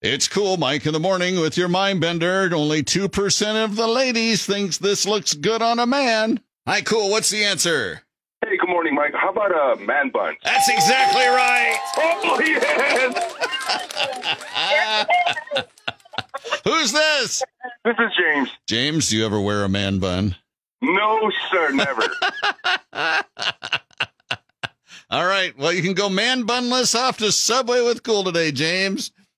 It's cool, Mike, in the morning with your mind bender. Only 2% of the ladies thinks this looks good on a man. Hi, cool. What's the answer? Hey, good morning, Mike. How about a man bun? That's exactly right. Oh, yes! Who's this? This is James. James, do you ever wear a man bun? No, sir, never. All right. Well, you can go man bunless off to Subway with Cool today, James.